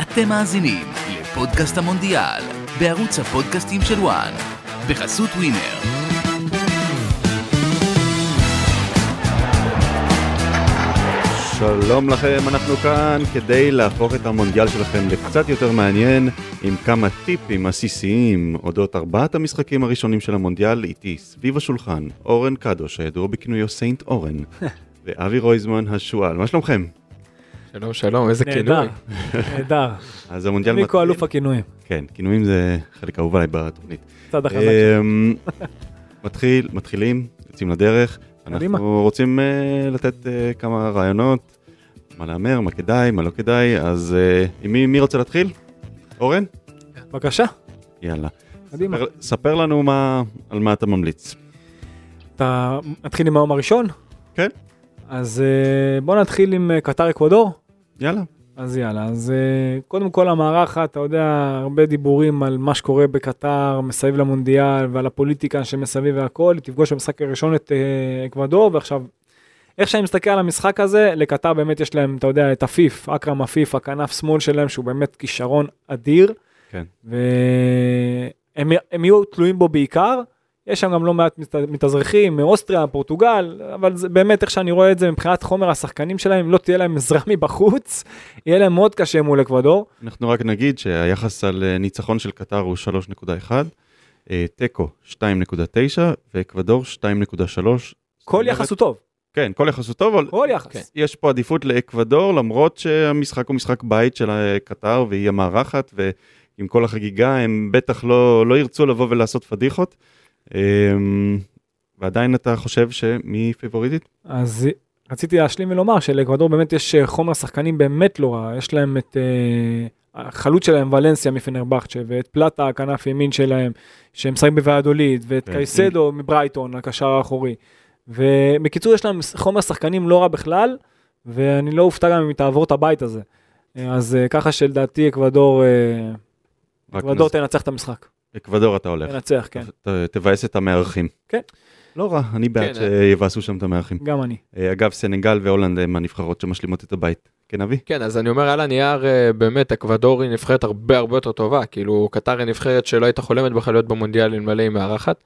אתם מאזינים לפודקאסט המונדיאל, בערוץ הפודקאסטים של וואן, בחסות ווינר. שלום לכם, אנחנו כאן כדי להפוך את המונדיאל שלכם לקצת יותר מעניין, עם כמה טיפים עסיסיים אודות ארבעת המשחקים הראשונים של המונדיאל איתי סביב השולחן, אורן קדוש, הידוע בכינויו סיינט אורן, ואבי רויזמן השועל, מה שלומכם? שלום, שלום, איזה נהדר, כינוי. נהדר. אז המונדיאל ניקו אלוף הכינויים, כן, כינויים זה חלק אהוב עליי בתוכנית. צד החזק. אמ, מתחיל, מתחילים, יוצאים לדרך. קדימה. אנחנו רוצים אה, לתת אה, כמה רעיונות, מה להמר, מה כדאי, מה לא כדאי, אז אה, עם מי- מי רוצה להתחיל? אורן? בבקשה, יאללה. קדימה. ספר- ספר לנו מה- על מה אתה ממליץ. אתה נתחיל עם היום הראשון? כן. אז אה, בוא נתחיל עם אה, קטר אקוודור. יאללה. אז יאללה, אז אה, קודם כל המארחת, אתה יודע, הרבה דיבורים על מה שקורה בקטר מסביב למונדיאל ועל הפוליטיקה שמסביב והכל, היא תפגוש במשחק הראשון את אה, אקוודור, ועכשיו, איך שאני מסתכל על המשחק הזה, לקטר באמת יש להם, אתה יודע, את עפיף, אכרם עפיף, הכנף שמאל שלהם, שהוא באמת כישרון אדיר. כן. והם הם יהיו תלויים בו בעיקר. יש שם גם לא מעט מת- מתאזרחים מאוסטריה, פורטוגל, אבל זה באמת איך שאני רואה את זה מבחינת חומר השחקנים שלהם, לא תהיה להם עזרה מבחוץ, יהיה להם מאוד קשה מול אקוודור. אנחנו רק נגיד שהיחס על אה, ניצחון של קטר הוא 3.1, אה, תיקו 2.9 ואקוודור 2.3. כל יחס הוא טוב, כן, כל יחס הוא טוב, אבל כל כן. יחס. יש פה עדיפות לאקוודור, למרות שהמשחק הוא משחק בית של אה, קטר והיא המארחת, ועם כל החגיגה הם בטח לא, לא ירצו לבוא ולעשות פדיחות. אמ, ועדיין אתה חושב שמי פיבוריטית? אז רציתי להשלים ולומר שלאקוודור באמת יש אה, חומר שחקנים באמת לא רע, יש להם את אה, החלוץ שלהם ולנסיה מפנרבחצ'ה, ואת פלטה הכנף ימין שלהם, שהם משחק בוועדולית, ואת כן. קייסדו מברייטון, הקשר האחורי. ובקיצור יש להם חומר שחקנים לא רע בכלל, ואני לא אופתע גם אם היא תעבור את הבית הזה. אה, אז אה, ככה שלדעתי אקוודור, אה, רק אקוודור נס- תנצח את המשחק. אקוודור אתה הולך. תנצח, כן, ת- תבאס את המארחים. כן. לא רע, אני בעד כן, שיבאסו שם את המארחים. גם אני. אה, אגב, סנגל והולנד הם הנבחרות שמשלימות את הבית. כן, אבי? כן, אז אני אומר על הנייר, אה, באמת, אקוודור היא נבחרת הרבה הרבה יותר טובה. כאילו, קטר היא נבחרת שלא הייתה חולמת בכלל להיות במונדיאל אלמלא היא מארחת.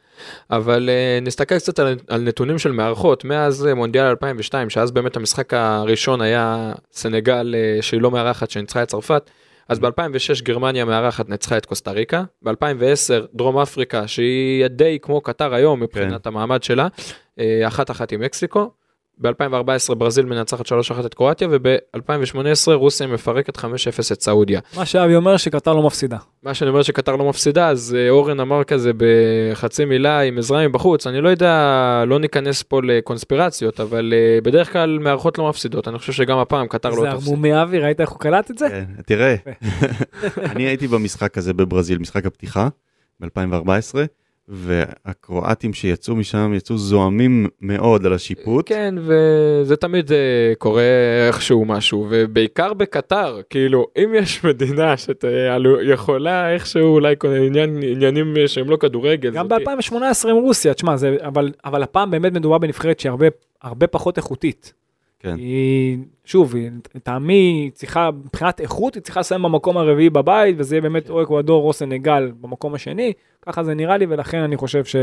אבל אה, נסתכל קצת על, על נתונים של מארחות, מאז אה, מונדיאל 2002, שאז באמת המשחק הראשון היה סנגל אה, שהיא לא מארחת, שניצחה את צרפת. אז ב-2006 גרמניה מארחת ניצחה את קוסטה ריקה, ב-2010 דרום אפריקה שהיא די כמו קטר היום מבחינת המעמד שלה, אה, אחת אחת עם מקסיקו, ב-2014 ברזיל מנצחת 3-1 את קרואטיה, וב-2018 רוסיה מפרקת 5-0 את סעודיה. מה שאבי אומר שקטר לא מפסידה. מה שאני אומר שקטר לא מפסידה, אז אה, אורן אמר כזה בחצי מילה עם עזרה מבחוץ, אני לא יודע, לא ניכנס פה לקונספירציות, אבל אה, בדרך כלל מערכות לא מפסידות, אני חושב שגם הפעם קטר זה לא תפסיד. ערמומי אבי, ראית איך הוא קלט את זה? כן, תראה, אני הייתי במשחק הזה בברזיל, משחק הפתיחה ב-2014, והקרואטים שיצאו משם יצאו זועמים מאוד על השיפוט. כן, וזה תמיד אה, קורה איכשהו משהו, ובעיקר בקטר, כאילו, אם יש מדינה שיכולה איכשהו אולי כל עניין, עניינים אה, שהם לא כדורגל, גם זאת- ב-2018 עם רוסיה, תשמע, זה, אבל, אבל הפעם באמת מדובר בנבחרת שהיא הרבה, הרבה פחות איכותית. כן. היא, שוב, היא- לטעמי, היא צריכה, מבחינת איכות, היא צריכה לסיים במקום הרביעי בבית, וזה יהיה באמת או אקוודור או סנגל במקום השני, ככה זה נראה לי, ולכן אני חושב ש...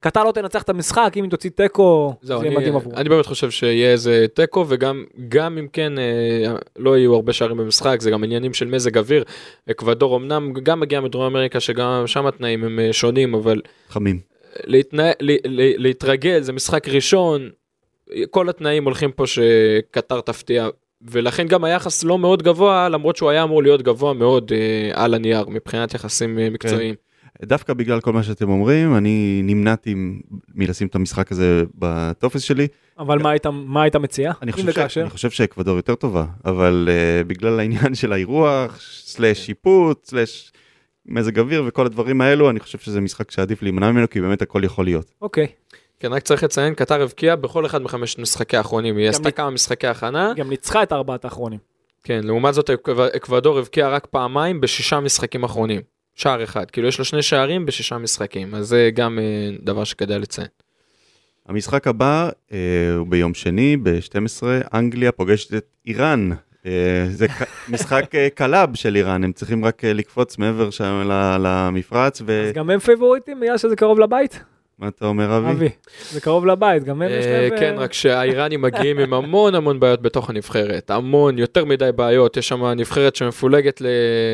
קטר לא תנצח את המשחק, אם היא תוציא תיקו, זה זהו, יהיה אני, מדהים עבורה. אני באמת חושב שיהיה איזה תיקו וגם גם אם כן אה, לא יהיו הרבה שערים במשחק זה גם עניינים של מזג אוויר. אקוודור אמנם גם מגיע מדרום אמריקה שגם שם התנאים הם אה, שונים אבל חמים. להתנה, ל, ל, להתרגל זה משחק ראשון כל התנאים הולכים פה שקטר תפתיע ולכן גם היחס לא מאוד גבוה למרות שהוא היה אמור להיות גבוה מאוד אה, על הנייר מבחינת יחסים אה, מקצועיים. דווקא בגלל כל מה שאתם אומרים, אני נמנעתי מ- מלשים את המשחק הזה בטופס שלי. אבל מה היית, מה היית מציע? אני אם חושב, ש... וכאשר? אני חושב שאקוודור יותר טובה, אבל uh, בגלל העניין של האירוח, סלאש שיפוט, סלאש מזג אוויר וכל הדברים האלו, אני חושב שזה משחק שעדיף להימנע ממנו, כי באמת הכל יכול להיות. אוקיי, כן רק צריך לציין קטר הבקיעה בכל אחד מחמשת משחקי האחרונים היא גם עשתה לי- כמה משחקי הכנה. גם ניצחה את ארבעת האחרונים. כן, לעומת זאת אקו- אקוודור הבקיעה רק פעמיים בשישה משחקים אחרונים. שער אחד, כאילו יש לו שני שערים בשישה משחקים, אז זה גם אה, דבר שכדאי לציין. המשחק הבא אה, הוא ביום שני ב-12, אנגליה פוגשת את איראן. אה, זה ק- משחק אה, קלאב של איראן, הם צריכים רק אה, לקפוץ מעבר שם ל- למפרץ, אה, אז גם הם פייבוריטים בגלל שזה קרוב לבית? ומה אתה אומר אבי? אבי, זה קרוב לבית, גם הם יש אה, להם... כן, אה, רק שהאיראנים מגיעים עם המון המון בעיות בתוך הנבחרת, המון, יותר מדי בעיות, יש שם נבחרת שמפולגת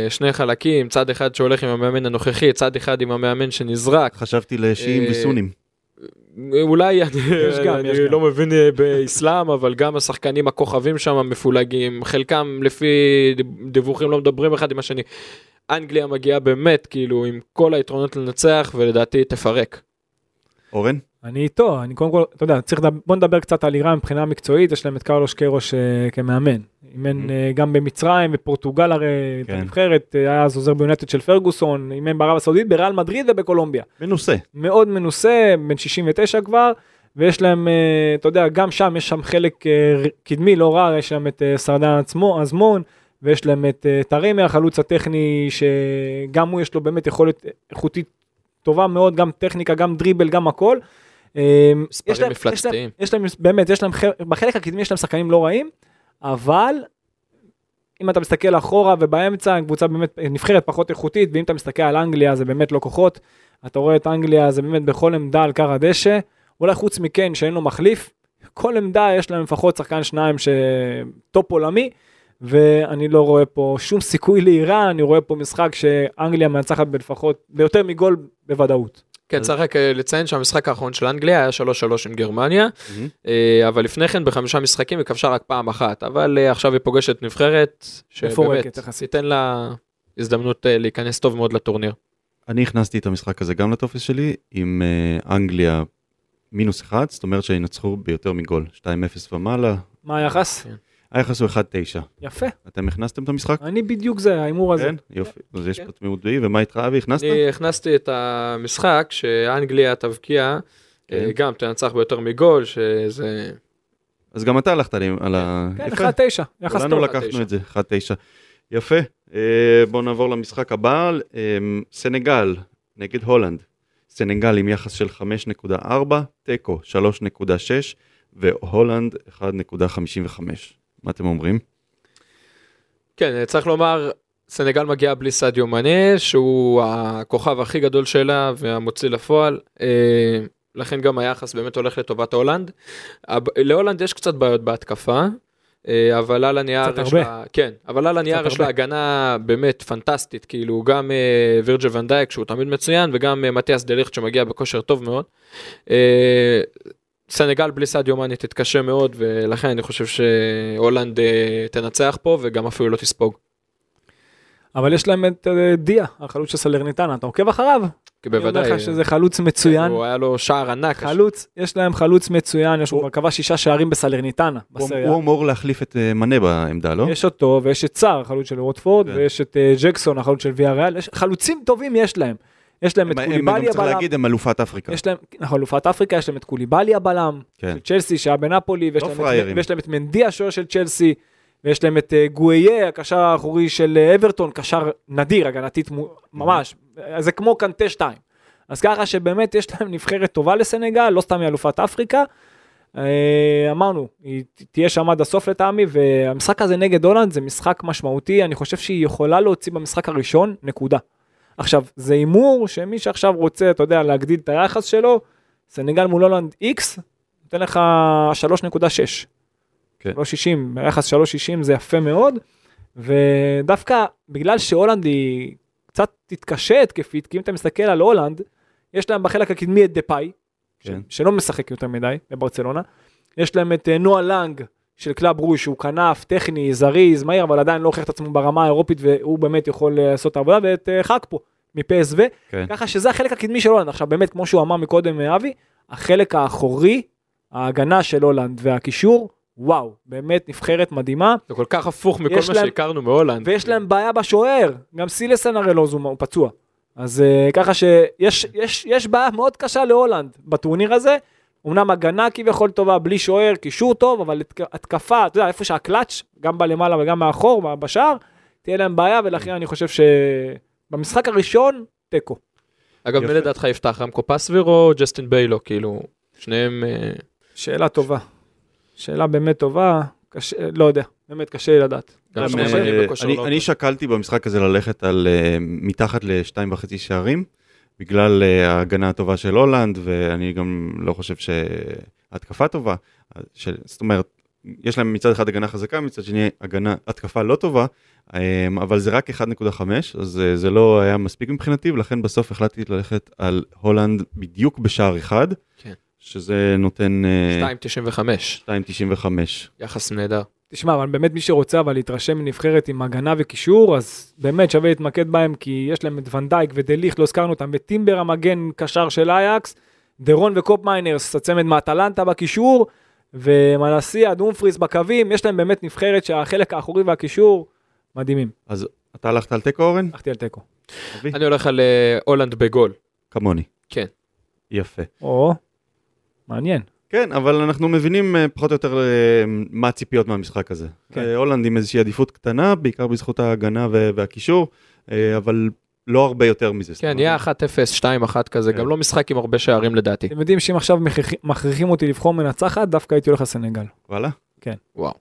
לשני חלקים, צד אחד שהולך עם המאמן הנוכחי, צד אחד עם המאמן שנזרק, חשבתי לשיעים אה, וסונים. אולי אני, גם, אני יש גם. לא מבין אה, באסלאם, אבל גם השחקנים הכוכבים שם מפולגים, חלקם לפי דיווחים לא מדברים אחד עם השני. אנגליה מגיעה באמת, כאילו, עם כל היתרונות לנצח, ולדעתי תפרק. אורן? אני איתו, אני קודם כל, אתה יודע, צריך, לדבר- בוא נדבר קצת על איראן מבחינה מקצועית, יש להם את קרלוש קרוש אה, כמאמן. אימן Mhm. אה, גם במצרים, בפורטוגל הרי, את כן. הנבחרת, אה, היה אז עוזר ביונטד של פרגוסון, אימן בערב הסעודית, ברעל מדריד ובקולומביה. מנוסה. מאוד מנוסה, בן 69 כבר, ויש להם, אה, אתה יודע, גם שם יש שם חלק אה, ר- קדמי לא רע, יש שם את אה, סרדן עצמו, אזמון, ויש להם את אה, טרימי, החלוץ הטכני, שגם הוא יש לו באמת יכולת איכותית טובה מאוד, גם טכניקה, גם דריבל, גם הכל. אה, מספרים יש להם- מפלצתיים. יש להם, יש להם, באמת, יש להם, ח- בחלק הקדמי יש להם שחקנים לא רעים, אבל אם אתה מסתכל אחורה ובאמצע, הקבוצה באמת נבחרת פחות איכותית, ואם אתה מסתכל על אנגליה זה באמת לא כוחות. אתה רואה את אנגליה זה באמת בכל עמדה על כר הדשא, אולי חוץ מקיין שאין לו מחליף, כל עמדה יש להם לפחות שחקן שניים שטופ עולמי, ואני לא רואה פה שום סיכוי לאיראן, אני רואה פה משחק שאנגליה מנצחת בלפחות, ביותר מגול בוודאות. כן, צריך רק אה, לציין שהמשחק האחרון של אנגליה היה 3-3 עם גרמניה, אה, אבל לפני כן בחמישה משחקים היא כבשה רק פעם אחת, אבל אה, עכשיו היא פוגשת נבחרת, מפורקת שבאמת, יחסית. תיתן לה הזדמנות אה, להיכנס טוב מאוד לטורניר. אני הכנסתי את המשחק הזה גם לטופס שלי, עם אה, אנגליה מינוס אחד, זאת אומרת שינצחו ביותר מגול, 2-0 ומעלה. מה היחס? כן. היחס הוא 1-9. יפה, אתם הכנסתם את המשחק? אני בדיוק זה, ההימור הזה. כן? יופי. אז יש כן. פה תמימות דעי, ומה איתך אבי? הכנסת? אה, אני הכנסתי את המשחק שאנגליה תבקיע, כן. אה, גם תנצח ביותר מגול, שזה... אז גם אתה הלכת לי על ה... כן, יפה. 1-9, יחס כולנו טוב. לק- לקחנו 1-9. את זה, 1-9. יפה. אה, בואו נעבור למשחק הבא, אה, סנגל נגד הולנד. סנגל עם יחס של 5.4, תיקו 3.6 והולנד 1.55. מה אתם אומרים? כן, אה, צריך לומר, סנגל מגיעה בלי סעדיו מנה, שהוא הכוכב הכי גדול שלה והמוציא לפועל. אה, לכן גם היחס באמת הולך לטובת הולנד. הב- להולנד יש קצת בעיות בהתקפה. אה, אבל על הנייר קצת יש הרבה. לה, כן, אבל על הנייר יש לה הרבה. הגנה באמת פנטסטית, כאילו גם אה, וירג'ל ונדייק שהוא תמיד מצוין וגם אה, מתיאס דליכט שמגיע בכושר טוב מאוד. אה, סנגל בלי סעד יומני תתקשה מאוד ולכן אני חושב שהולנד אה, תנצח פה וגם אפילו לא תספוג. אבל יש להם את אה, דיה, החלוץ של סלרניטנה, אתה עוקב אחריו? כי אני בוודאי, אה, אומר לך שזה חלוץ כן, מצוין. הוא היה לו שער ענק. חלוץ, יש להם חלוץ מצוין, יש הוא הוא- כבר כבש שישה שערים בסלרניטנה, הוא בסריה. הוא אמור להחליף את אה, מנה בעמדה, לא? יש אותו, ויש את סער, החלוץ של ווטפורד, כן. ויש את אה, ג'קסון, החלוץ של ויה ריאל, יש- חלוצים טובים יש להם. יש להם את הם- הם- גם קוליבאלי צריך הבלם, להגיד, הם אלופת אפריקה. יש להם, נכון, אלופת אפריקה, יש להם את קוליבאלי הבלם, כן. של צ'לסי שהיה בנפולי, ויש לא להם את- פראיירים. ויש להם את מנדי השוער של צ'לסי, ויש להם את אה, גואיה, הקשר האחורי של אה, אברטון, קשר נדיר, הגנתית מו- ממש, אז זה כמו קנטה 2. אז ככה שבאמת יש להם נבחרת טובה לסנגל, לא סתם היא אלופת אפריקה. אה, אמרנו, היא ת- תהיה שם עד הסוף לטעמי, והמשחק הזה נגד הולנד זה משחק משמעותי, אני חושב שהיא יכולה להוציא במשחק הראשון, נקודה. עכשיו, זה הימור שמי שעכשיו רוצה, אתה יודע, להגדיל את היחס שלו, סנגל מול הולנד איקס, נותן לך 3.6. כן. 360, ביחס 360 זה יפה מאוד, ודווקא בגלל שהולנד היא קצת תתקשה התקפית, כי אם אתה מסתכל על הולנד, יש להם בחלק הקדמי את דפאי, כן. ש- שלא משחק יותר מדי בברצלונה, יש להם את אה, נועה לנג של קלאב רוי, שהוא כנף, טכני, זריז, מהיר, אבל עדיין לא הוכיח את עצמו ברמה האירופית, והוא באמת יכול אה, לעשות את העבודה, ואת אה, חקפו מפסו, כן. ככה שזה החלק הקדמי של הולנד. עכשיו באמת, כמו שהוא אמר מקודם אה, אבי, החלק האחורי, ההגנה של הולנד והקישור, וואו, באמת נבחרת מדהימה, זה כל כך הפוך מכל יש מה להם- שהכרנו מהולנד. ויש להם בעיה בשוער, גם סילסן הרי לא זומה, הוא פצוע. אז אה, ככה שיש יש, יש בעיה מאוד קשה להולנד בטורניר הזה. אמנם הגנה כביכול טובה, בלי שוער, קישור טוב, אבל התק- התקפה, אתה יודע, איפה שהקלאץ', גם בלמעלה וגם מאחור, מה- בשער, תהיה להם בעיה, ולכן אני חושב שבמשחק הראשון, תיקו. אגב, יפה. מי לדעתך יפתח רמקו פסוויר או ג'סטין ביילו? כאילו, שניהם... אה, שאלה טובה. שאלה באמת טובה. קשה, לא יודע, באמת קשה לי לדעת. גם גם, שם אה, משחקים בכושר אני- לא אני טוב. שקלתי במשחק הזה ללכת על אה, מתחת לשתיים וחצי שערים, בגלל אה, ההגנה הטובה של הולנד, ואני גם לא חושב שההתקפה טובה. אז ש- זאת אומרת, יש להם מצד אחד הגנה חזקה, מצד שני הגנה, התקפה לא טובה, אה, אבל זה רק 1.5, אז אה, זה לא היה מספיק מבחינתי, ולכן בסוף החלטתי ללכת על הולנד בדיוק בשער אחד, כן. שזה נותן אה, 2.95, 2.95. יחס נהדר. אה. תשמע, אבל באמת מי שרוצה אבל להתרשם מנבחרת עם הגנה וקישור, אז באמת שווה להתמקד בהם, כי יש להם את ונדייק ודליך, לא הזכרנו אותם, וטימבר המגן קשר של אייקס, דרון וקופמיינרס, הצמד מאטלנטה בקישור, ומנסיה, דומפריס בקווים, יש להם באמת נבחרת שהחלק האחורי והקישור, מדהימים. אתה הלכת על תיקו אה. אורן? הלכתי על תיקו. אבי? אני הולך על אה, הולנד בגול. כמוני. כן. יפה. או, מעניין. כן, אבל אנחנו מבינים אה, פחות או יותר אה, מה הציפיות מהמשחק הזה. כן. אה, הולנד עם איזושהי עדיפות קטנה, בעיקר בזכות ההגנה ו- והקישור, אה, אבל לא הרבה יותר מזה. זאת כן, אומרת, יהיה 1-0, 2-1 כזה, כן. גם לא משחק עם הרבה שערים לדעתי. אתם יודעים שאם עכשיו מכריח- מכריחים אותי לבחור מנצחת, דווקא הייתי הולך לסנגל. וואלה? וואו.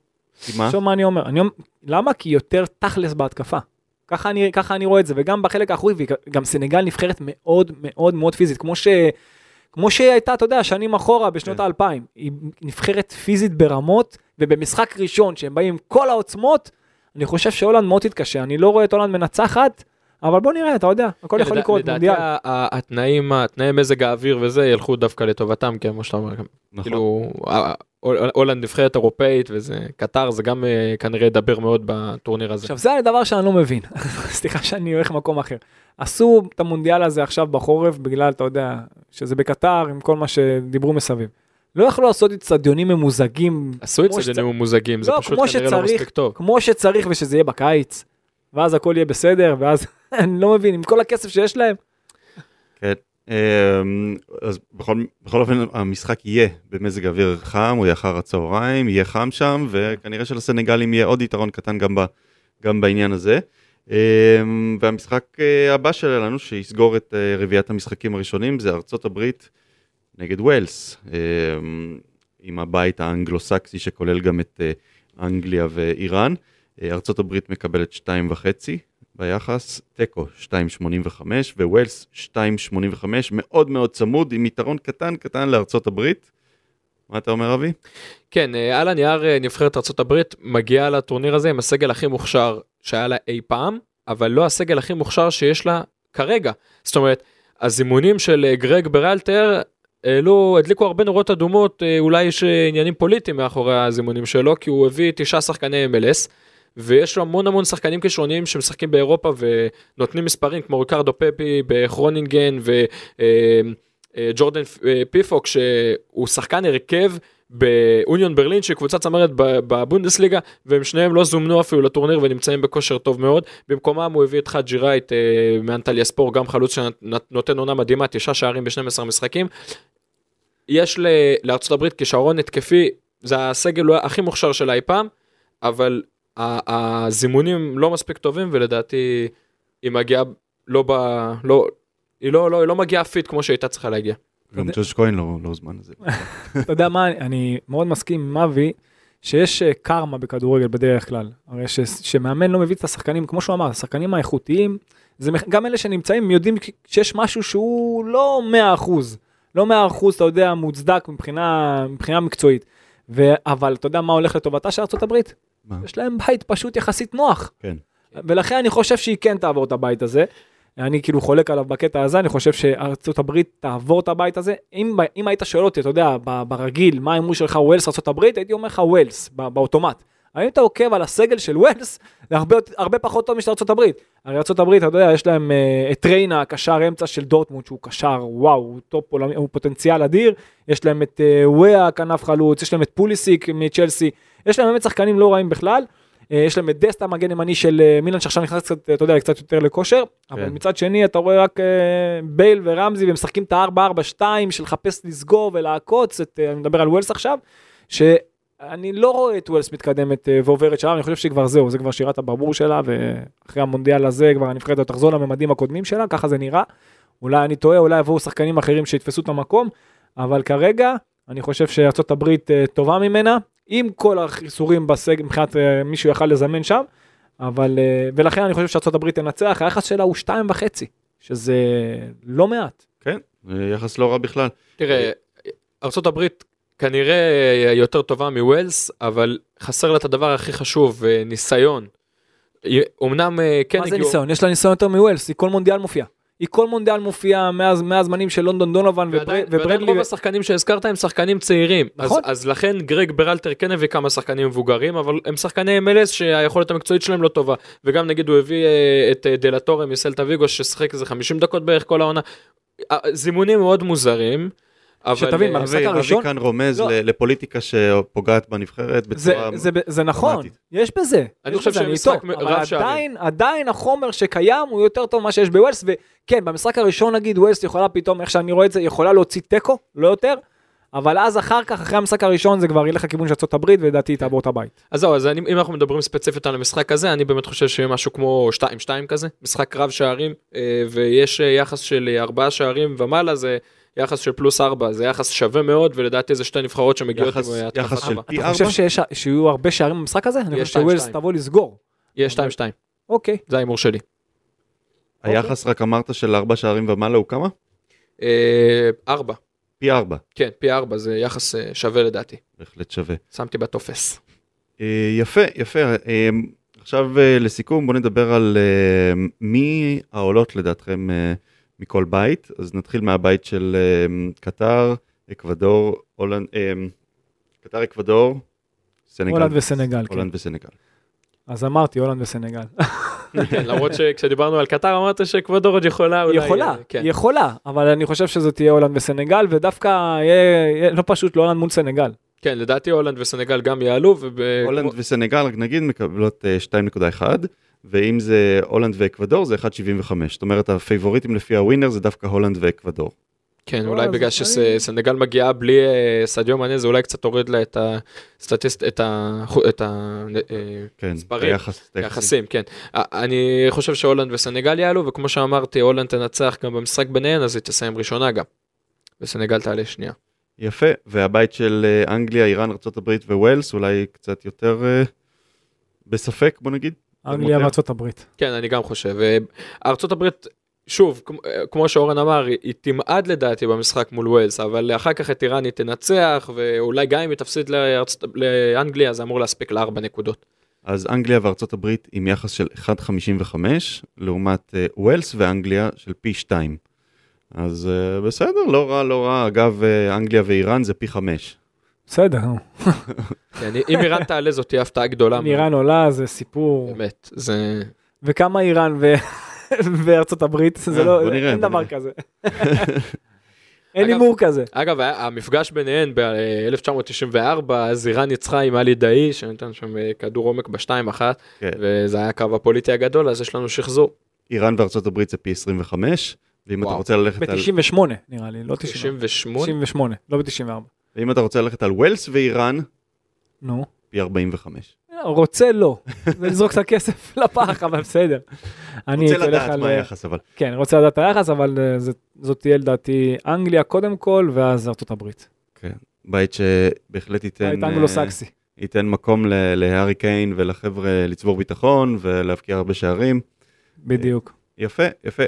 כי מה? תחשוב מה אני אומר, אני אומר, למה? כי יותר תכלס בהתקפה. ככה אני, ככה אני רואה את זה, וגם בחלק האחורי, וגם סנגל נבחרת מאוד מאוד מאוד פיזית, כמו, ש, כמו שהיא הייתה, אתה יודע, שנים אחורה, בשנות כן. האלפיים. היא נבחרת פיזית ברמות, ובמשחק ראשון, שהם באים עם כל העוצמות, אני חושב שהולנד מאוד תתקשה, אני לא רואה את הולנד מנצחת, אבל בוא נראה, אתה יודע, הכל כן, יכול לדע- לקרות, לדעתי מונדיאל. ה- ה- התנאים, התנאי מזג האוויר וזה ילכו דווקא לטובתם, כן, כמו שאתה אומר, נכון. כאילו, ה- הול- הולנד נבחרת אירופאית וזה, קטר זה גם אה, כנראה ידבר מאוד בטורניר הזה. עכשיו זה הדבר שאני לא מבין, סליחה שאני הולך למקום אחר. עשו את המונדיאל הזה עכשיו בחורף בגלל, אתה יודע, שזה בקטר עם כל מה שדיברו מסביב. לא יכלו לעשות אצטדיונים ממוזגים עשו כמו את זה שצריך. ממוזגים, זה לא, פשוט כמו כנראה לא שצריך. מספיק טוב. כמו שצריך ושזה יהיה בקיץ, ואז הכל יהיה בסדר, ואז אני לא מבין, עם כל הכסף שיש להם, אה, אז בכל, בכל אופן המשחק יהיה במזג אוויר חם, הוא יהיה אחר הצהריים, יהיה חם שם, וכנראה שלסנגלים יהיה עוד יתרון קטן גם, ב, גם בעניין הזה. אה, והמשחק אה, הבא שלנו, שיסגור את אה, רביעיית המשחקים הראשונים, זה ארצות הברית נגד ווילס, אה, עם הבית האנגלו-סקסי שכולל גם את אה, אנגליה ואיראן. אה, ארצות הברית מקבלת שתיים וחצי, ביחס, תיקו 2.85 וווילס 2.85, מאוד מאוד צמוד עם יתרון קטן קטן לארצות הברית. מה אתה אומר אבי? כן, אה, על הנייר אה, נבחרת ארה"ב מגיעה לטורניר הזה עם הסגל הכי מוכשר שהיה לה אי פעם, אבל לא הסגל הכי מוכשר שיש לה כרגע. זאת אומרת, הזימונים של אה, גרג ברלטר העלו, הדליקו הרבה נורות אדומות, אה, אולי יש אה, עניינים פוליטיים מאחורי הזימונים שלו, כי הוא הביא תשעה שחקני MLS, ויש לו המון המון שחקנים כישרוניים שמשחקים באירופה ונותנים מספרים כמו ריקרדו פפי בכרונינגן ו... אה, אה, ג'ורדן אה, פיפוק שהוא שחקן הרכב באוניון ברלין שהיא קבוצה צמרת ב- בבונדסליגה והם שניהם לא זומנו אפילו לטורניר ונמצאים בכושר טוב מאוד. במקומם הוא הביא את חאג' ג'ירייט אה, מאנטליה ספור גם חלוץ שנותן עונה מדהימה תשעה שערים ב-12 משחקים. יש ל- לארצות הברית כישרון התקפי זה הסגל אולי הכי מוכשר שלה אי פעם אבל ה- הזימונים לא מספיק טובים ולדעתי היא מגיעה לא ב... לא, היא לא, לא, היא לא מגיעה פיט כמו שהייתה צריכה להגיע. גם ג'וש כהן לא, לא הוזמן לזה. אתה יודע מה, אני מאוד מסכים עם אבי, שיש אה, קרמה בכדורגל בדרך כלל. הרי ש, שמאמן לא מביא את השחקנים, כמו שהוא אמר, השחקנים האיכותיים, זה, מח- גם אלה שנמצאים יודעים שיש משהו שהוא לא 100%, לא 100% אתה יודע, מוצדק מבחינה, מבחינה מקצועית. ו, אבל אתה יודע מה הולך לטובתה של ארה"ב? מה? יש להם בית פשוט יחסית נוח. אה. כן. ולכן אני חושב שהיא כן תעבור את הבית הזה. אני כאילו חולק עליו בקטע הזה, אני חושב שארצות הברית תעבור את הבית הזה. אם, ב- אם היית שואל אותי, אתה יודע, ב- ברגיל, מה ההימור שלך ווילס ארצות הברית, הייתי אומר לך ווילס, בא- באוטומט. אבל אם אתה עוקב על הסגל של ווילס, זה הרבה, יותר- הרבה פחות טוב משל ארצות הברית. הרי ארצות הברית, אתה יודע, יש להם אה, את ריינה, הקשר אמצע של דורטמונד, שהוא קשר, וואו, הוא טופ עולמי, הוא פוטנציאל אדיר. יש להם את אה, וואה, כנף חלוץ, יש להם את פוליסיק מצ'לסי, יש להם באמת שחקנים לא רעים בכלל. אה, יש להם את דסטה מגן ימני של אה, מילאן שעכשיו נכנס קצת, אה, אתה יודע, קצת יותר לכושר, אבל מצד שני אתה רואה רק אה, בייל ורמזי והם משחקים את ה-4-4-2 של לחפש לסגור ולעקוץ, את, אה, אני מדבר על ווילס עכשיו, שאני לא רואה את ווילס מתקדמת אה, ועוברת שם, אני חושב שכבר זהו, זה כבר שירת הברבור שלה, ואחרי המונדיאל הזה כבר הנבחרת הזאת תחזור לממדים הקודמים שלה, ככה זה נראה. אולי אני טועה, אולי יבואו שחקנים אחרים שיתפסו את המקום, אבל כרגע אני חושב שארצות הברית אה, טובה ממנה, עם כל החיסורים בסגל, מבחינת אה, מישהו יכל לזמן שם, אבל, אה, ולכן אני חושב שארה"ב תנצח, היחס שלה הוא שתיים וחצי, שזה לא מעט. כן, אה, יחס לא רע בכלל. תראה, ארה"ב כנראה יותר טובה מווילס, אבל חסר לה את הדבר הכי חשוב, אה, ניסיון. אה, אמנם אה, כן מה זה ניסיון? יש לה ניסיון יותר מווילס, היא כל מונדיאל מופיעה. היא כל מונדיאל מופיעה מאז מהזמנים של לונדון דונובן ובר- ועדיין ועדיין וברדלי. רוב השחקנים שהזכרת הם שחקנים צעירים. אז- נכון. אז לכן גרג ברלטר כן הביא כמה שחקנים מבוגרים, אבל הם שחקני MLS שהיכולת המקצועית שלהם לא טובה. וגם נגיד הוא הביא אה, את אה, דלטורה מסלטה ויגו ששיחק איזה 50 דקות בערך כל העונה. אה, זימונים מאוד מוזרים. אבל, שתבין, אה, מה- המשחק רבי- הראשון- רבי כאן רומז לא. ל- לפוגעטיקה שפוגעת בנבחרת זה, בצורה... זה, זה, זה נכון, דרמטית. יש בזה. אני יש חושב בזה, שמשחק איתו, מ- אבל רב שערים. עדיין, עדיין החומר שקיים הוא יותר טוב ממה שיש בווילס, וכן, במשחק הראשון נגיד ווילס יכולה פתאום, איך שאני רואה את זה, יכולה להוציא תיקו, לא יותר, אבל אז אחר כך, אחרי המשחק הראשון, זה כבר ילך לכיוון של ארה"ב, ולדעתי היא תעבור את הבית. אז זהו, אז אני, אם אנחנו מדברים ספציפית על המשחק הזה, אני באמת חושב שיהיה משהו כמו 2-2 כזה, משחק רב שערים, אה, ויש אה, יחס של 4 שערים ומעלה, זה יחס של פלוס 4, זה יחס שווה מאוד, ולדעתי זה שתי נבחרות שמגיעות יחס- עם אה, התקפה יחס של טובה. פי אתה ארבע. חושב שיש, שיהיו הרבה שערים במשחק הזה? אני יש חושב שווילס שתיים-שתיים. תבוא לסגור. יהיה 2-2, אוקיי. זה ההימור שלי. היחס רק אמרת של ארבע שערים ומעלה הוא כמה? 4, פי ארבע. אה, כן, פי 4 זה יחס אה, שווה לדעתי, בהחלט שווה. שמתי בטופס. אה, יפה, יפה. אה, עכשיו אה, לסיכום בוא נדבר על אה, מי העולות לדעתכם אה, מכל בית. אז נתחיל מהבית של אה, קטר, אקוודור, הולנד, אה, קטר, אקוודור, סנגל. הולנד וסנגל, כן. הולנד וסנגל. אז אמרתי, הולנד וסנגל. כן, למרות שכשדיברנו על קטר אמרת שכבודו עוד יכולה אולי... היא יכולה, אה, כן. היא יכולה, אבל אני חושב שזה תהיה הולנד וסנגל, ודווקא יהיה יהיה לא פשוט להולנד מול סנגל. כן, לדעתי הולנד וסנגל גם יעלו, וב... הולנד וסנגל, רק נגיד, מקבלות אה, 2.1, ואם זה הולנד ואקוודור זה 1.75. זאת אומרת, הפייבוריטים לפי הווינר זה דווקא הולנד ואקוודור. כן, לא, אולי אז בגלל אני- שסנגל מגיעה בלי אה, סדיו מאנה, זה אולי קצת הוריד לה את הסטטיסט, את ה... את ה... אה, כן, מספרים, היחס- היחסים. יחסים, כן. א- אני חושב שהולנד וסנגל יעלו, וכמו שאמרתי, הולנד תנצח גם במשחק ביניהן, אז היא תסיים ראשונה גם. וסנגל תעלה שנייה. יפה, והבית של אה, אנגליה, איראן, ארה"ב וווילס, אולי קצת יותר אה, בספק, בוא נגיד. אנגליה מוטה. וארצות הברית. כן, אני גם חושב. אה, ארצות הברית, שוב, כמו- אה, כמו שאורן אמר, היא- היא תמעד לדעתי במשחק מול ווילס, אבל אחר כך את איראן היא תנצח, ואולי גם אם היא תפסיד לארצות- לאנגליה, זה אמור להספיק לארבע נקודות. אז אנגליה וארצות הברית עם יחס של 1.55, לעומת אה, ווילס ואנגליה של פי 2. אז אה, בסדר, לא רע, לא רע. אגב, אה, אנגליה ואיראן זה פי 5. בסדר, נו. כן, אם איראן תעלה זאת תהיה הפתעה גדולה. מאוד. איראן עולה זה סיפור, באמת, זה... וכמה איראן ו- וארצות הברית, זה אה, לא, בוא נראה, אין בוא דבר נראה. כזה. אין אגב- הימור כזה. אגב, היה- המפגש ביניהן ב-1994, אז איראן ניצחה עם עלי דאי, שנתן שם אה, כדור עומק בשתיים אחת, כן. וזה היה הקרב הפוליטי הגדול, אז יש לנו שחזור. איראן וארצות הברית זה פי 25, ואם אתה וואו. רוצה ללכת על... ב-98 נראה לי, לא 90. 98? 98, לא ב-94. ואם אתה רוצה ללכת על ווילס ואיראן, נו. פי 45. רוצה לא, ולזרוק את הכסף לפח, אבל בסדר. אני רוצה הייתי הולך לדעת על- מה היחס, אבל... כן, אני רוצה לדעת את היחס, אבל אה, זה- זאת תהיה לדעתי אנגליה קודם כל, ואז ארצות הברית. בית שבהחלט ייתן... בית אה, אנגלו-סקסי. ייתן מקום ל- להארי קיין ולחבר'ה לצבור ביטחון ולהבקיע הרבה שערים. בדיוק. יפה, יפה.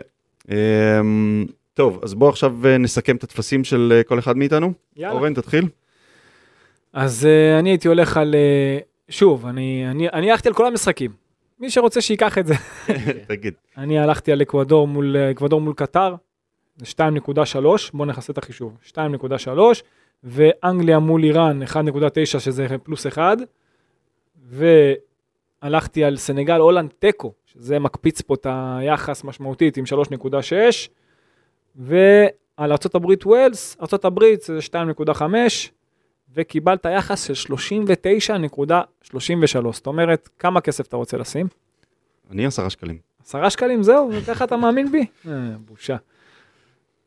אמ, טוב, אז בואו עכשיו אה, נסכם את הטפסים של אה, כל אחד מאיתנו. אורן, תתחיל. אז אה, אני הייתי הולך על... אה, שוב, אני אני- אני הלכתי על כל המשחקים. מי שרוצה שייקח את זה. כן. תגיד. אני הלכתי על אקוודור מול אה, אקוודור מול קטר, זה 2.3, בואו נכסה את החישוב, 2.3, ואנגליה מול איראן 1.9 שזה פלוס 1, והלכתי על סנגל הולנד תיקו, שזה מקפיץ פה את היחס משמעותית עם 3.6, ועל ארה"ב ווילס, ארה"ב זה 2.5, וקיבלת יחס של 39.33, זאת אומרת, כמה כסף אתה רוצה לשים? אני עשרה שקלים. עשרה שקלים זהו, וככה אתה מאמין בי? אה, בושה.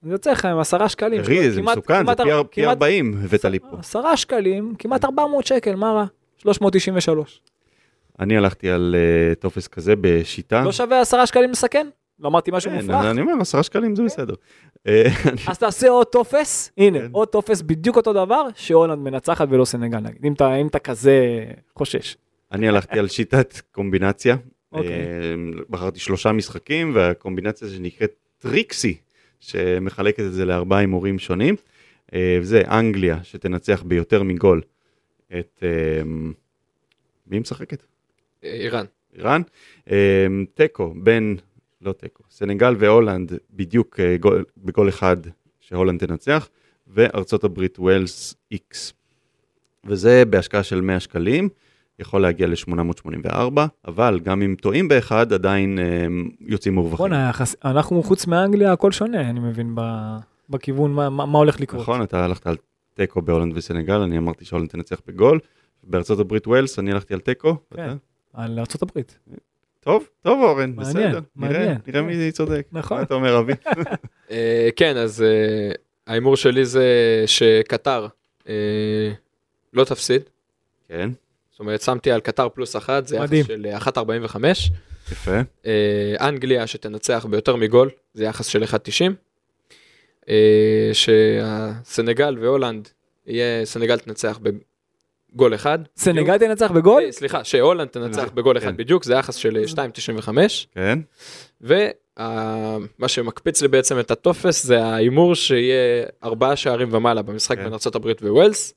זה יוצא לך עם עשרה שקלים. תראי, זה כן, כמעט- מסוכן, זה כמעט פי אר- אר- פי כמעט- אה. 40 הבאת לי פה. עשרה שקלים, כמעט 400 שקל, מה רע? 393. אני הלכתי על אה, טופס כזה בשיטה. לא שווה לא עשרה שקלים לסכן? לא אמרתי משהו כן, מופרך. כן. אני אומר, עשרה שקלים זה בסדר. אה, אז תעשה עוד טופס, הנה, כן. עוד טופס בדיוק אותו דבר, שהולנד מנצחת ולא סנגל נגיד, אם אתה, אם אתה כזה חושש. אני הלכתי על שיטת קומבינציה. אוקיי. אה, בחרתי שלושה משחקים, והקומבינציה שנקראת טריקסי, שמחלקת את זה לארבעה הימורים שונים. אה, וזה אנגליה, שתנצח ביותר מגול את... אה, מי משחקת? איראן. איראן. אה, תיקו בין, לא תיקו, סנגל והולנד בדיוק אה, גול- בגול אחד שהולנד תנצח, וארצות הברית ווילס איקס. וזה בהשקעה של 100 שקלים, יכול להגיע ל-884, אבל גם אם טועים באחד, עדיין אה, יוצאים מורווחים. בואנה, יחס- אנחנו חוץ מאנגליה הכל שונה, אני מבין, ב- בכיוון מה- מה מה הולך לקרות. נכון, אתה הלכת על תיקו בהולנד וסנגל, אני אמרתי שהולנד תנצח בגול. בארצות הברית ווילס, אני הלכתי על תיקו. כן. ואתה? על ארה"ב. טוב, טוב אורן, מעניין, בסדר. נראה, מעניין. נראה מי צודק. נכון. מה אתה אומר, אבי? אה, כן, אז אה, ההימור שלי זה שקטר אה, לא תפסיד. כן, זאת אומרת, שמתי על קטר פלוס אחת, זה יחס מדהים. של אה, 1.45. יפה. אה, אנגליה שתנצח ביותר מגול, זה יחס של 1.90. אה, שהסנגל והולנד, יהיה סנגל תנצח בגול אחד. סנגל תנצח בגול? אה, סליחה, שהולנד תנצח בגול אחד כן. בדיוק, זה יחס של אה, 2.95. כן, ומה אה, שמקפיץ לי בעצם את הטופס זה ההימור שיהיה ארבעה שערים ומעלה במשחק כן. בין ארה"ב וווילס.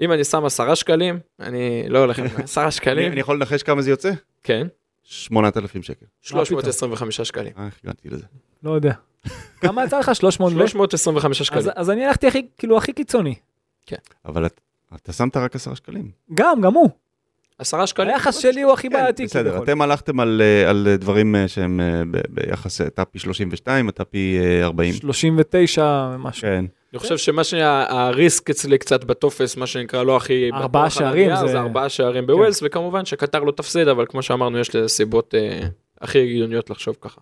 אם אני שם עשרה שקלים, אני לא הולך עם עשרה אני שקלים, אני יכול לנחש כמה זה יוצא? כן, 8,000 שקל. 325 שקלים. אה, איך הגעתי לזה? לא יודע. כמה יצא לך? 300 ו- 325 לא? אז- שקלים. אז אני הלכתי הכי, כאילו, הכי קיצוני. אבל את- אתה שמת רק 10 שקלים. גם, גם הוא. עשרה שקלים. היחס שלי הוא הכי כן, בעייתי. כאילו, בסדר, כביכול. אתם הלכתם על, אה, על אה, דברים אה, שהם אה, ב- ביחס, אה, אתה פי 32, אתה פי אה, 40. 39 משהו. כן, אני חושב שמה שהריסק אצלי קצת בטופס, מה שנקרא לא הכי... ארבעה בטוח על שערים הנייר, זה- כן. זה ארבעה שערים בווילס, וכמובן שקטר לא תפסיד, אבל כמו שאמרנו, יש לזה סיבות אה, הכי הגיוניות לחשוב ככה.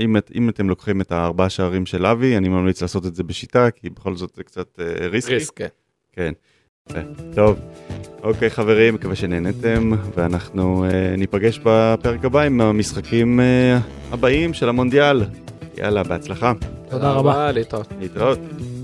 אם, את- אם אתם לוקחים את הארבעה שערים של אבי, אני ממליץ לעשות את זה בשיטה, כי בכל זאת זה קצת אה, ריסקי. ריסק, כן. כן. יפה. טוב. אוקיי חברים, מקווה שנהנתם, ואנחנו אה, ניפגש בפרק הבא עם המשחקים אה, הבאים של המונדיאל. יאללה, בהצלחה, תודה רבה. להתראות. להתראות.